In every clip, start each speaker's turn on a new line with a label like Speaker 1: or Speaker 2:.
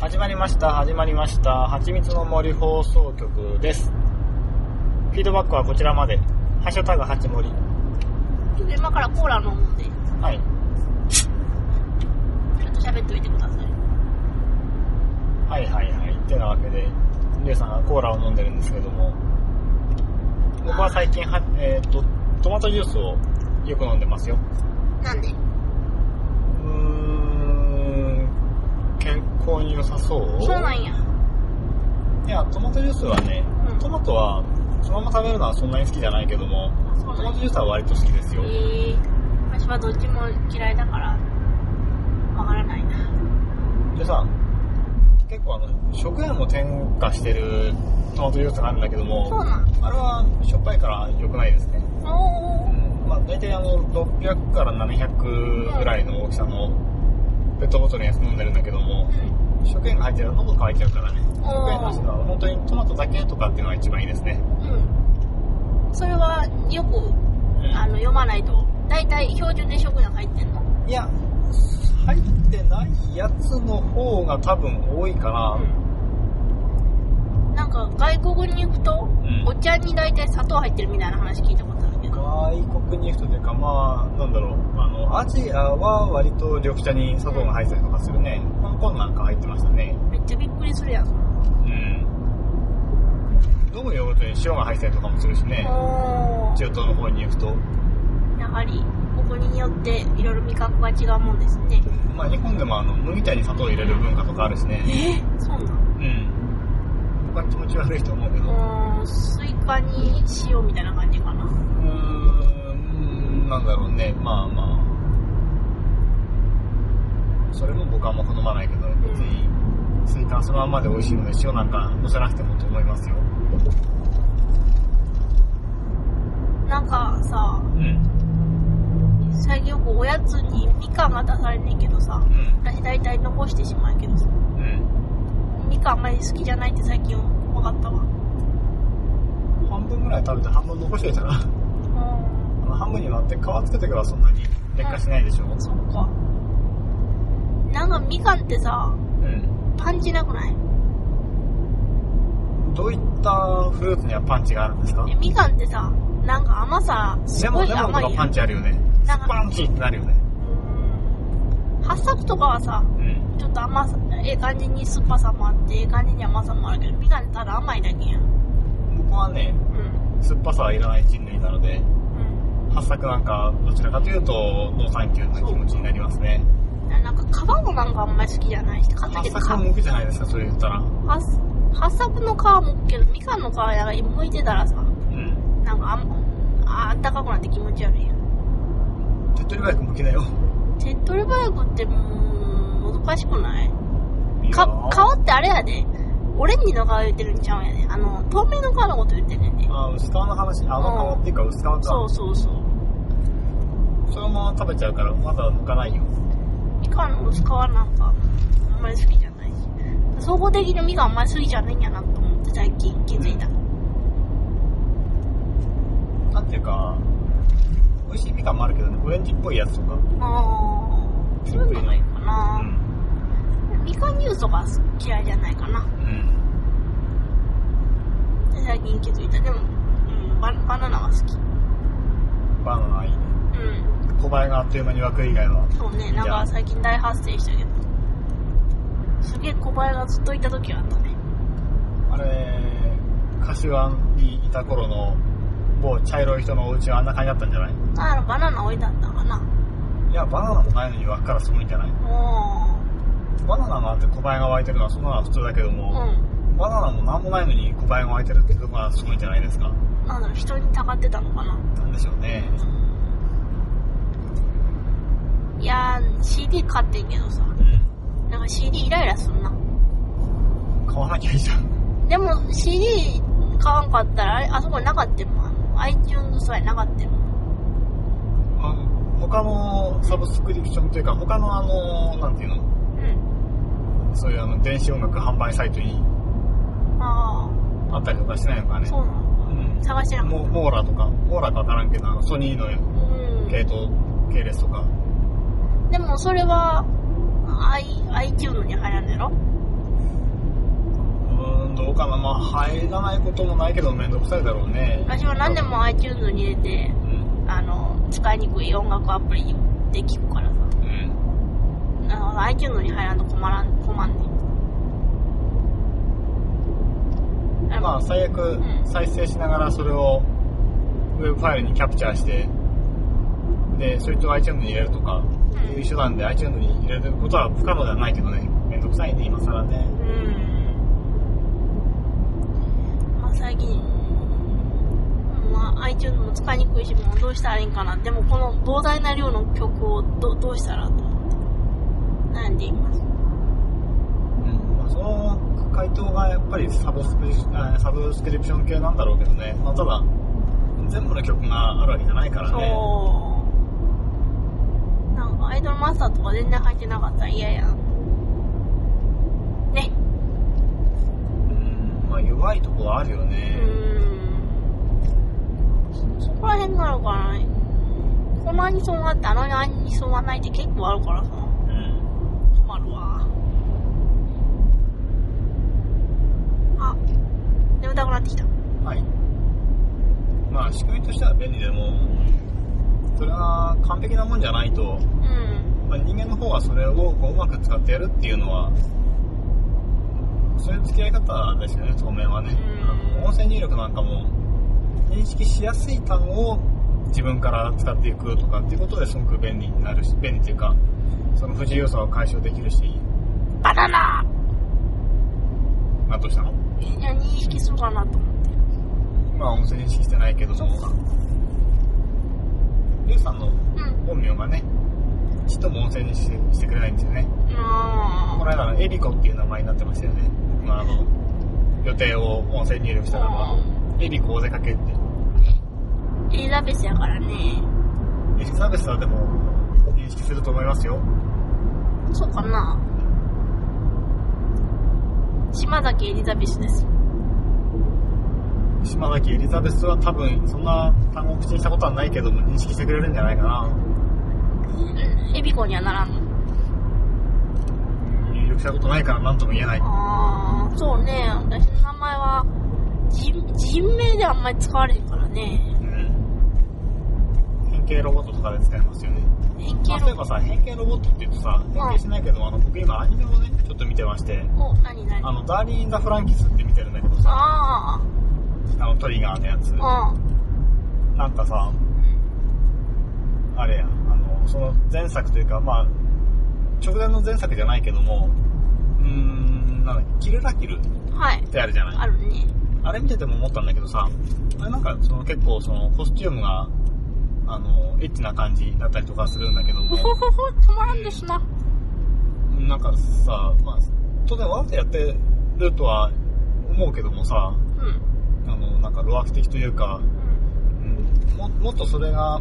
Speaker 1: 始まりました始まりましたはちみつの森放送局ですフィードバックはこちらまで「ハッシュタグはちもり
Speaker 2: ちょっと今からコーラ飲むんで、ち」
Speaker 1: はい
Speaker 2: ょっと喋っといてください。
Speaker 1: はいはいはいってなわけでりゅうさんがコーラを飲んでるんですけども僕は最近は、えー、とトマトジュースをよく飲んでますよ
Speaker 2: なんで
Speaker 1: うーん健康に良さそう
Speaker 2: そうなんや。
Speaker 1: いやトマトジュースはね
Speaker 2: うん
Speaker 1: トマトはそのまま食べるのはそんなに好きじゃないけども
Speaker 2: あそう
Speaker 1: トマ
Speaker 2: なん
Speaker 1: ト
Speaker 2: や。
Speaker 1: ジュースは割と好きです
Speaker 2: え
Speaker 1: よ
Speaker 2: ー、私はどっちも嫌いだから、わからないな。
Speaker 1: でさ結構あの食塩も添加してるトマトジュースがあるんだけど
Speaker 2: そう
Speaker 1: も
Speaker 2: なん
Speaker 1: あれはしょっぱいから良くないですね、
Speaker 2: おー。
Speaker 1: まあ、大体あの600から700ぐらいの大きさのペットボトルのやつ飲んでるんだけども
Speaker 2: うん
Speaker 1: 食塩が入ってると喉乾いちゃうからね
Speaker 2: あー
Speaker 1: 食塩の人は本当にトマトだけとかっていうのが一番いいですね
Speaker 2: うん。それは、よく、あの、読まないと、だいたい標準で食が入ってんの。
Speaker 1: いや入ってないやつの方が多分多いかな、
Speaker 2: うん。なんか、外国に行くと、
Speaker 1: ん
Speaker 2: お茶にだいたい砂糖入ってるみたいな話聞いたことあるけど。
Speaker 1: 外国に行くとというかまあなんだろうあのアジアは割と緑茶に砂糖が入ったりとかするね香港なんか入ってましたね
Speaker 2: めっちゃびっくりするやん。
Speaker 1: うん飲むヨーグルトに塩が入ったりとかもするしね
Speaker 2: お
Speaker 1: 中東の方に行くと
Speaker 2: やはり、ここによって、いろいろ味覚が違うもんですね。
Speaker 1: まあ日本でもあの麦茶に砂糖を入れる文化とかあるしね
Speaker 2: えそうな
Speaker 1: う
Speaker 2: の
Speaker 1: ん僕は気持ち悪いと思うけど
Speaker 2: うーんスイカに塩みたいな感じかな
Speaker 1: うーんなんだろうねまあまあそれも僕はあんま好まないけど別にスイカはそのまんまで美味しいので塩なんかのせなくてもと思いますよ
Speaker 2: なんかさ
Speaker 1: うん
Speaker 2: 最近よくおやつにみかんが出されんねんけどさ
Speaker 1: うん
Speaker 2: 私大体残してしまうけどさ
Speaker 1: うん
Speaker 2: みかんあんまり好きじゃないって最近分かったわ
Speaker 1: 半分ぐらい食べて半分残しといたら あ
Speaker 2: う
Speaker 1: の半分に割って皮つけてからそんなに劣化しないでしょ
Speaker 2: ーんそっかなんかみかんってさ
Speaker 1: うん
Speaker 2: パンチなくない
Speaker 1: どういったフルーツにはパンチがあるんですか
Speaker 2: えみかんってさなんか甘さす
Speaker 1: レ
Speaker 2: ご
Speaker 1: モン
Speaker 2: い
Speaker 1: レモンと
Speaker 2: 甘
Speaker 1: か
Speaker 2: いや
Speaker 1: パ
Speaker 2: ん
Speaker 1: ンチあるよね
Speaker 2: なんか
Speaker 1: パンチってなるよね
Speaker 2: うーん発作とかはさ
Speaker 1: うん
Speaker 2: ちょっと甘さ、ええ感じに酸っぱさもあって、ええ感じに甘さもあるけど、みかんただ甘いだけやん。
Speaker 1: 僕はね
Speaker 2: うん。
Speaker 1: 酸っぱさはいらない人類なので
Speaker 2: う
Speaker 1: 発作なんかどちらかというと農産休な気持ちになりますね
Speaker 2: ん。なんか皮もなんかあんまり好きじゃないし、かといっ
Speaker 1: 発
Speaker 2: て
Speaker 1: 作は
Speaker 2: か
Speaker 1: 向くじゃないですかそれ言ったらう
Speaker 2: 発発作の皮もっけど、みかんの皮やが剥いてたらさ、
Speaker 1: ん
Speaker 2: なんかあん、ああったかくなって気持ち悪いやん。
Speaker 1: 手っ取り早く向きなよ
Speaker 2: 手っ取り早くってもう、難しくないか、
Speaker 1: あ
Speaker 2: 皮ってあれやで。オレンジの皮言ってるんちゃうんやで。あの、透明の皮のこと言ってんねんで。
Speaker 1: あ薄皮の話あの皮っていうか薄皮か
Speaker 2: そうそうそう。
Speaker 1: そのまま食べちゃうからまだ剥かないよ
Speaker 2: みかんの薄皮なんかあんまり好きじゃないし総合的にみかんあんまり好きじゃないんやなと思って最近気づいた
Speaker 1: なんていうか美味しいみかんもあるけどねオレンジっぽいやつとか
Speaker 2: ああそういうのがいいか
Speaker 1: う
Speaker 2: な、
Speaker 1: ん
Speaker 2: みかんジュースとか嫌いじゃないかな
Speaker 1: うん
Speaker 2: で最近気づいたでも、うん、ババナナは好き
Speaker 1: バナナいいね
Speaker 2: う
Speaker 1: 小林があっという間に湧く以外は
Speaker 2: んそうねなんか最近大発生したけどすげえ小林がずっといた時はあったね
Speaker 1: あれ柏にいた頃の某茶色い人のお家はあんな感じだったんじゃない
Speaker 2: あのバナナ置いてあったかない
Speaker 1: や、バナナもないのに輪っからすごいんじゃない
Speaker 2: お
Speaker 1: バナナがあって小林が湧いてるのはそんなのは普通だけども、
Speaker 2: ー
Speaker 1: バナナもなんもないのに小林が湧いてるってとこがすごいんじゃないですか。
Speaker 2: うんなんだろう人にたかってたのかな
Speaker 1: なんでしょうね。
Speaker 2: いやー CD 買ってんけどさ
Speaker 1: うん。
Speaker 2: なんか CD イライラすんな。
Speaker 1: 買わなきゃいいじゃん。
Speaker 2: でも CD 買わんかったら、あれ、あそこになかったもんあの。iTunes さえなかったもん。
Speaker 1: あ他のサブスクリプションというか、他のあの、なんていうの、
Speaker 2: うん。
Speaker 1: そういうあの電子音楽販売サイトに
Speaker 2: あ
Speaker 1: あったりとかしてないのか
Speaker 2: あ、
Speaker 1: ね。
Speaker 2: そうなの。
Speaker 1: うん
Speaker 2: 探してなかっ
Speaker 1: モモーラとか、モーラかわからんけど、あのソニーの
Speaker 2: た。うん。
Speaker 1: 系統、系列とか。
Speaker 2: でもそれは、I、iTunes に入らんのやろ
Speaker 1: 入らないこともないけど、めんどくさいだろうね。
Speaker 2: 私は何でも iTunes に入れて
Speaker 1: うん。
Speaker 2: あの使いにくい音楽アプリで聞くからさ
Speaker 1: うん。
Speaker 2: あの iTunes に入らんと困らん困んねん
Speaker 1: まあ、最悪
Speaker 2: ん、
Speaker 1: 再生しながらそれを、ウェブファイルにキャプチャーして、で、それと iTunes に入れるとか、いう手段で iTunes に入れることは不可能ではないけどね。めんどくさいね、今更ね。
Speaker 2: うんまあ最近、まあ、iTunes も使いにくいしもうどうしたらいいんかなでもこの膨大な量の曲をどどうしたらと悩んでいます
Speaker 1: うんまあ、その回答がやっぱりサブスクリあサブスクリプション系なんだろうけどね、まあ、ただ全部の曲があるわけじゃないからね
Speaker 2: そうなんかアイドルマスターとか全然入ってなかったら嫌やんね
Speaker 1: うん、まあ、弱いとこはあるよ
Speaker 2: う
Speaker 1: ね、
Speaker 2: んそこら辺なのかなこのアニソンがあってあのアニソンがないって結構あるからさ
Speaker 1: うん
Speaker 2: 困るわあ眠たくなってきた
Speaker 1: はいまあ仕組みとしては便利でもそれが完璧なもんじゃないと、
Speaker 2: うん
Speaker 1: まあ、人間の方はそれをこううまく使ってやるっていうのはそういう付き合い方ですよね当面はね、
Speaker 2: うん
Speaker 1: 音声入力なんかも認識しやすい単語を自分から使っていくとかっていうことですごく便利になるし便利というかその不自由さを解消できるし
Speaker 2: バナナ
Speaker 1: あどうしたの
Speaker 2: いや認識するかなと思って
Speaker 1: 今は音声認識してないけどもリュウさんの
Speaker 2: うん
Speaker 1: 本名がねちっとも音声認識してくれないんですよねこの
Speaker 2: あ
Speaker 1: 間のエリコっていう名前になってましたよねまああの予定を音声入力したらばエリコお出かけって
Speaker 2: エリザベスやからね
Speaker 1: エリザベスはでも認識すると思いますよ
Speaker 2: そうかな島崎エリザベスです
Speaker 1: 島崎エリザベスは多分そんな単語を口にしたことはないけども認識してくれるんじゃないかな
Speaker 2: うんエビコにはならんの
Speaker 1: 入力したことないから何とも言えない
Speaker 2: ああそうね私の名前は人人名であんまり使われへんからね
Speaker 1: うん変形ロボットとかで使えますよね
Speaker 2: 変
Speaker 1: まあ
Speaker 2: 形
Speaker 1: 例え
Speaker 2: の
Speaker 1: ばさ変形ロボットって言うとさ変形しないけどあの僕今アニメをねちょっと見てまして
Speaker 2: お何何
Speaker 1: あのダーリン・インザ・フランキスって見てるんだけどさ
Speaker 2: あ
Speaker 1: あのトリガーのやつ
Speaker 2: ああ
Speaker 1: なんかさあれやあのその前作というかまあ直前の前作じゃないけどもうーんなんだっけキルラキルっ
Speaker 2: うんはい
Speaker 1: てあるじゃない
Speaker 2: あるね
Speaker 1: あれ見てても思ったんだけどさ、あれなんかその結構そのコスチュームが、あの、エッチな感じだったりとかするんだけど
Speaker 2: ほ
Speaker 1: も、
Speaker 2: ほほほたまらんですな
Speaker 1: なんかさ、まあ、当然わざとやってるとは思うけどもさ、
Speaker 2: うんうん
Speaker 1: あの、なんか露悪的というか、うん、ももっとそれが、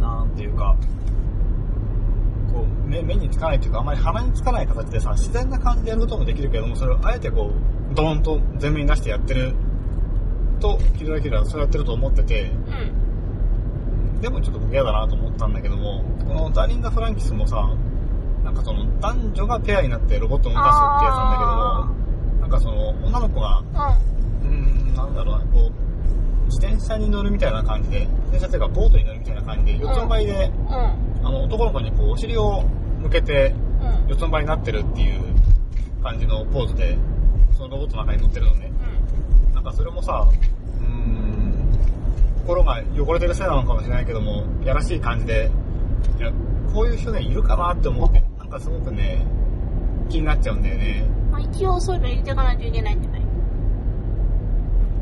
Speaker 1: なんていうか、こう目目につかないというか、あまり鼻につかない形でさ、自然な感じでやることもできるけども、それをあえてこう、ドーンと前面に出してやってると、キルラキルはそうやってると思ってて、
Speaker 2: うん
Speaker 1: でもちょっと僕嫌だなと思ったんだけども、このダーリンダ・フランキスもさ、なんかその男女がペアになってロボットを動かすってやつなんだけども、なんかその女の子が、
Speaker 2: う
Speaker 1: うーん、なんだろうな、こう、自転車に乗るみたいな感じで、自転車というかボートに乗るみたいな感じで、四つん這いで、
Speaker 2: んうん
Speaker 1: あの男の子にこうお尻を向けて
Speaker 2: うん
Speaker 1: 四つん這いになってるっていう感じのポーズで、そのロボットの中に乗ってるのね。なんかそれもさ、うーん、心が汚れてるせいなのかもしれないけども、やらしい感じで、いや、こういう人ね、いるかなって思って、なんかすごくね、気になっちゃうんだよね。
Speaker 2: うんまあ一応そういうの入れていかないといけないんじゃないう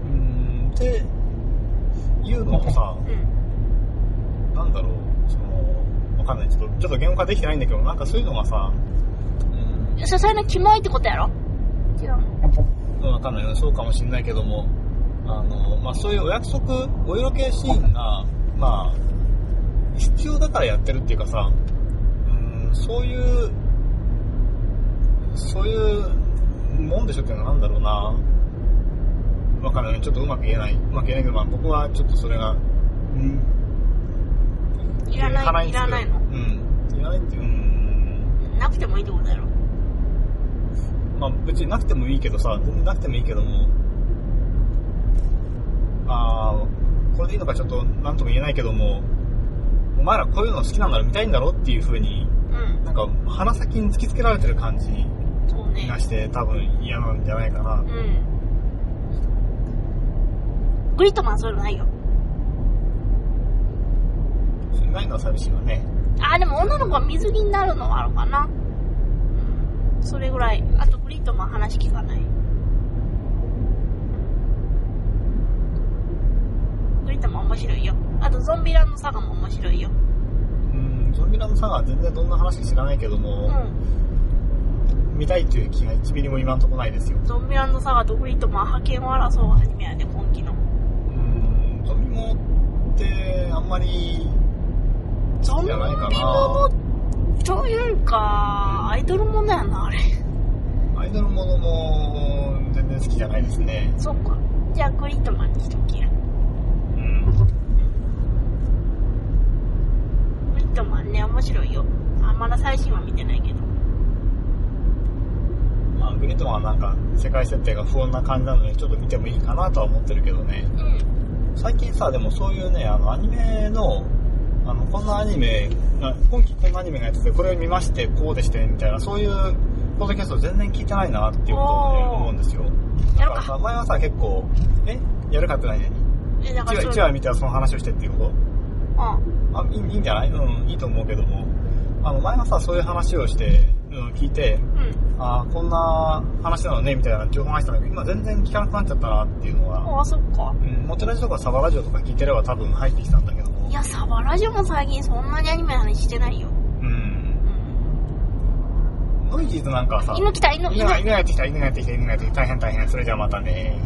Speaker 1: ーん、っていうのもさ、
Speaker 2: うん
Speaker 1: なんだろう、その、わかんない、ちょっと、ちょっと言語化できてないんだけど、なんかそういうのがさ、うん、
Speaker 2: 些細なキモいってことやろ違う
Speaker 1: わかんないなそうかもしれないけども、あの、まあ、そういうお約束、お色気シーンが、まあ、必要だからやってるっていうかさ、うん、そういう、そういうもんでしょっていうのはなんだろうな。わかんない。ちょっとうまく言えない。うまく言えないけど、まあ、僕はちょっとそれが、うん、
Speaker 2: いらないい
Speaker 1: んですけど
Speaker 2: らないの
Speaker 1: うん。いらないっていう、うん。
Speaker 2: なくてもいいってことやろ
Speaker 1: まあ別になくてもいいけどさ、全然なくてもいいけども、ああ、これでいいのかちょっとなんとも言えないけども、お前らこういうの好きなんだろ見たいんだろっていう風に、
Speaker 2: うん
Speaker 1: なんか鼻先に突きつけられてる感じ
Speaker 2: そうね
Speaker 1: がして多分嫌なんじゃないかな。
Speaker 2: うんグリットマンそういうのないよ
Speaker 1: それないのは寂しいわね。
Speaker 2: あでも女の子は水着になるのはあるかなうんそれぐらいあとグリットマン話聞かないグリットマン面白いよあとゾンビランのサガも面白いよ
Speaker 1: うん、ゾンビランドサガは全然どんな話か知らないけど
Speaker 2: う
Speaker 1: も、
Speaker 2: ん
Speaker 1: 見たいという気が1ミリも今んとこないですよ。
Speaker 2: ゾンビランのサガとグリットマン覇権を争う始めやで今期の
Speaker 1: うん、ゾンビもってあんまり
Speaker 2: ゾ
Speaker 1: 好き
Speaker 2: ン
Speaker 1: じ
Speaker 2: ビ
Speaker 1: ゃないか
Speaker 2: も
Speaker 1: な。
Speaker 2: のというかアイドルものやなあれ
Speaker 1: アイドルものも全然好きじゃないですね。
Speaker 2: そっかじゃあグリットマンにしときや
Speaker 1: うん。
Speaker 2: ウィットマンね、面白いよ。あまだ最新は見てないけど。
Speaker 1: まあ、グリットマンはなんか世界設定が不穏な感じなのでちょっと見てもいいかなとは思ってるけどね。
Speaker 2: うん。
Speaker 1: 最近さ、でもそういうね、あの、アニメの、あの、こんなアニメ、な今期こんなアニメがやってて、これを見まして、こうでして、みたいな、そういう、ポッドキャスト全然聞いてないなっていうことをね、
Speaker 2: おー
Speaker 1: 思うんですよ。
Speaker 2: や
Speaker 1: だから
Speaker 2: ろうか。
Speaker 1: さ、前はさ、結構、えやるかってないね。
Speaker 2: え、だか
Speaker 1: 1
Speaker 2: ら
Speaker 1: 話、
Speaker 2: そ
Speaker 1: 1
Speaker 2: れ。
Speaker 1: 話見たらその話をしてっていうこと
Speaker 2: うん。
Speaker 1: あいいいいんじゃないうん、いいと思うけども。あの、前はさ、そういう話をして、うん、聞いて、
Speaker 2: うん。
Speaker 1: あーこんな話なのね、みたいな情報が入ってたんだけど、今全然聞かなくなっちゃったなっていうのは、
Speaker 2: あ、そっ
Speaker 1: う
Speaker 2: か。
Speaker 1: ん、モテラジとかサバラジオとか聞いてれば多分入ってきたんだけども
Speaker 2: い。や、サバラジオも最近そんなにアニメの話してないよ。
Speaker 1: うん。
Speaker 2: うん。
Speaker 1: ノイジーズなんかはさ、
Speaker 2: 犬来た、犬、
Speaker 1: 犬
Speaker 2: 犬。
Speaker 1: が、犬がやってきた、犬がやってきた、犬がやってきた、大変大変、それじゃあまたね。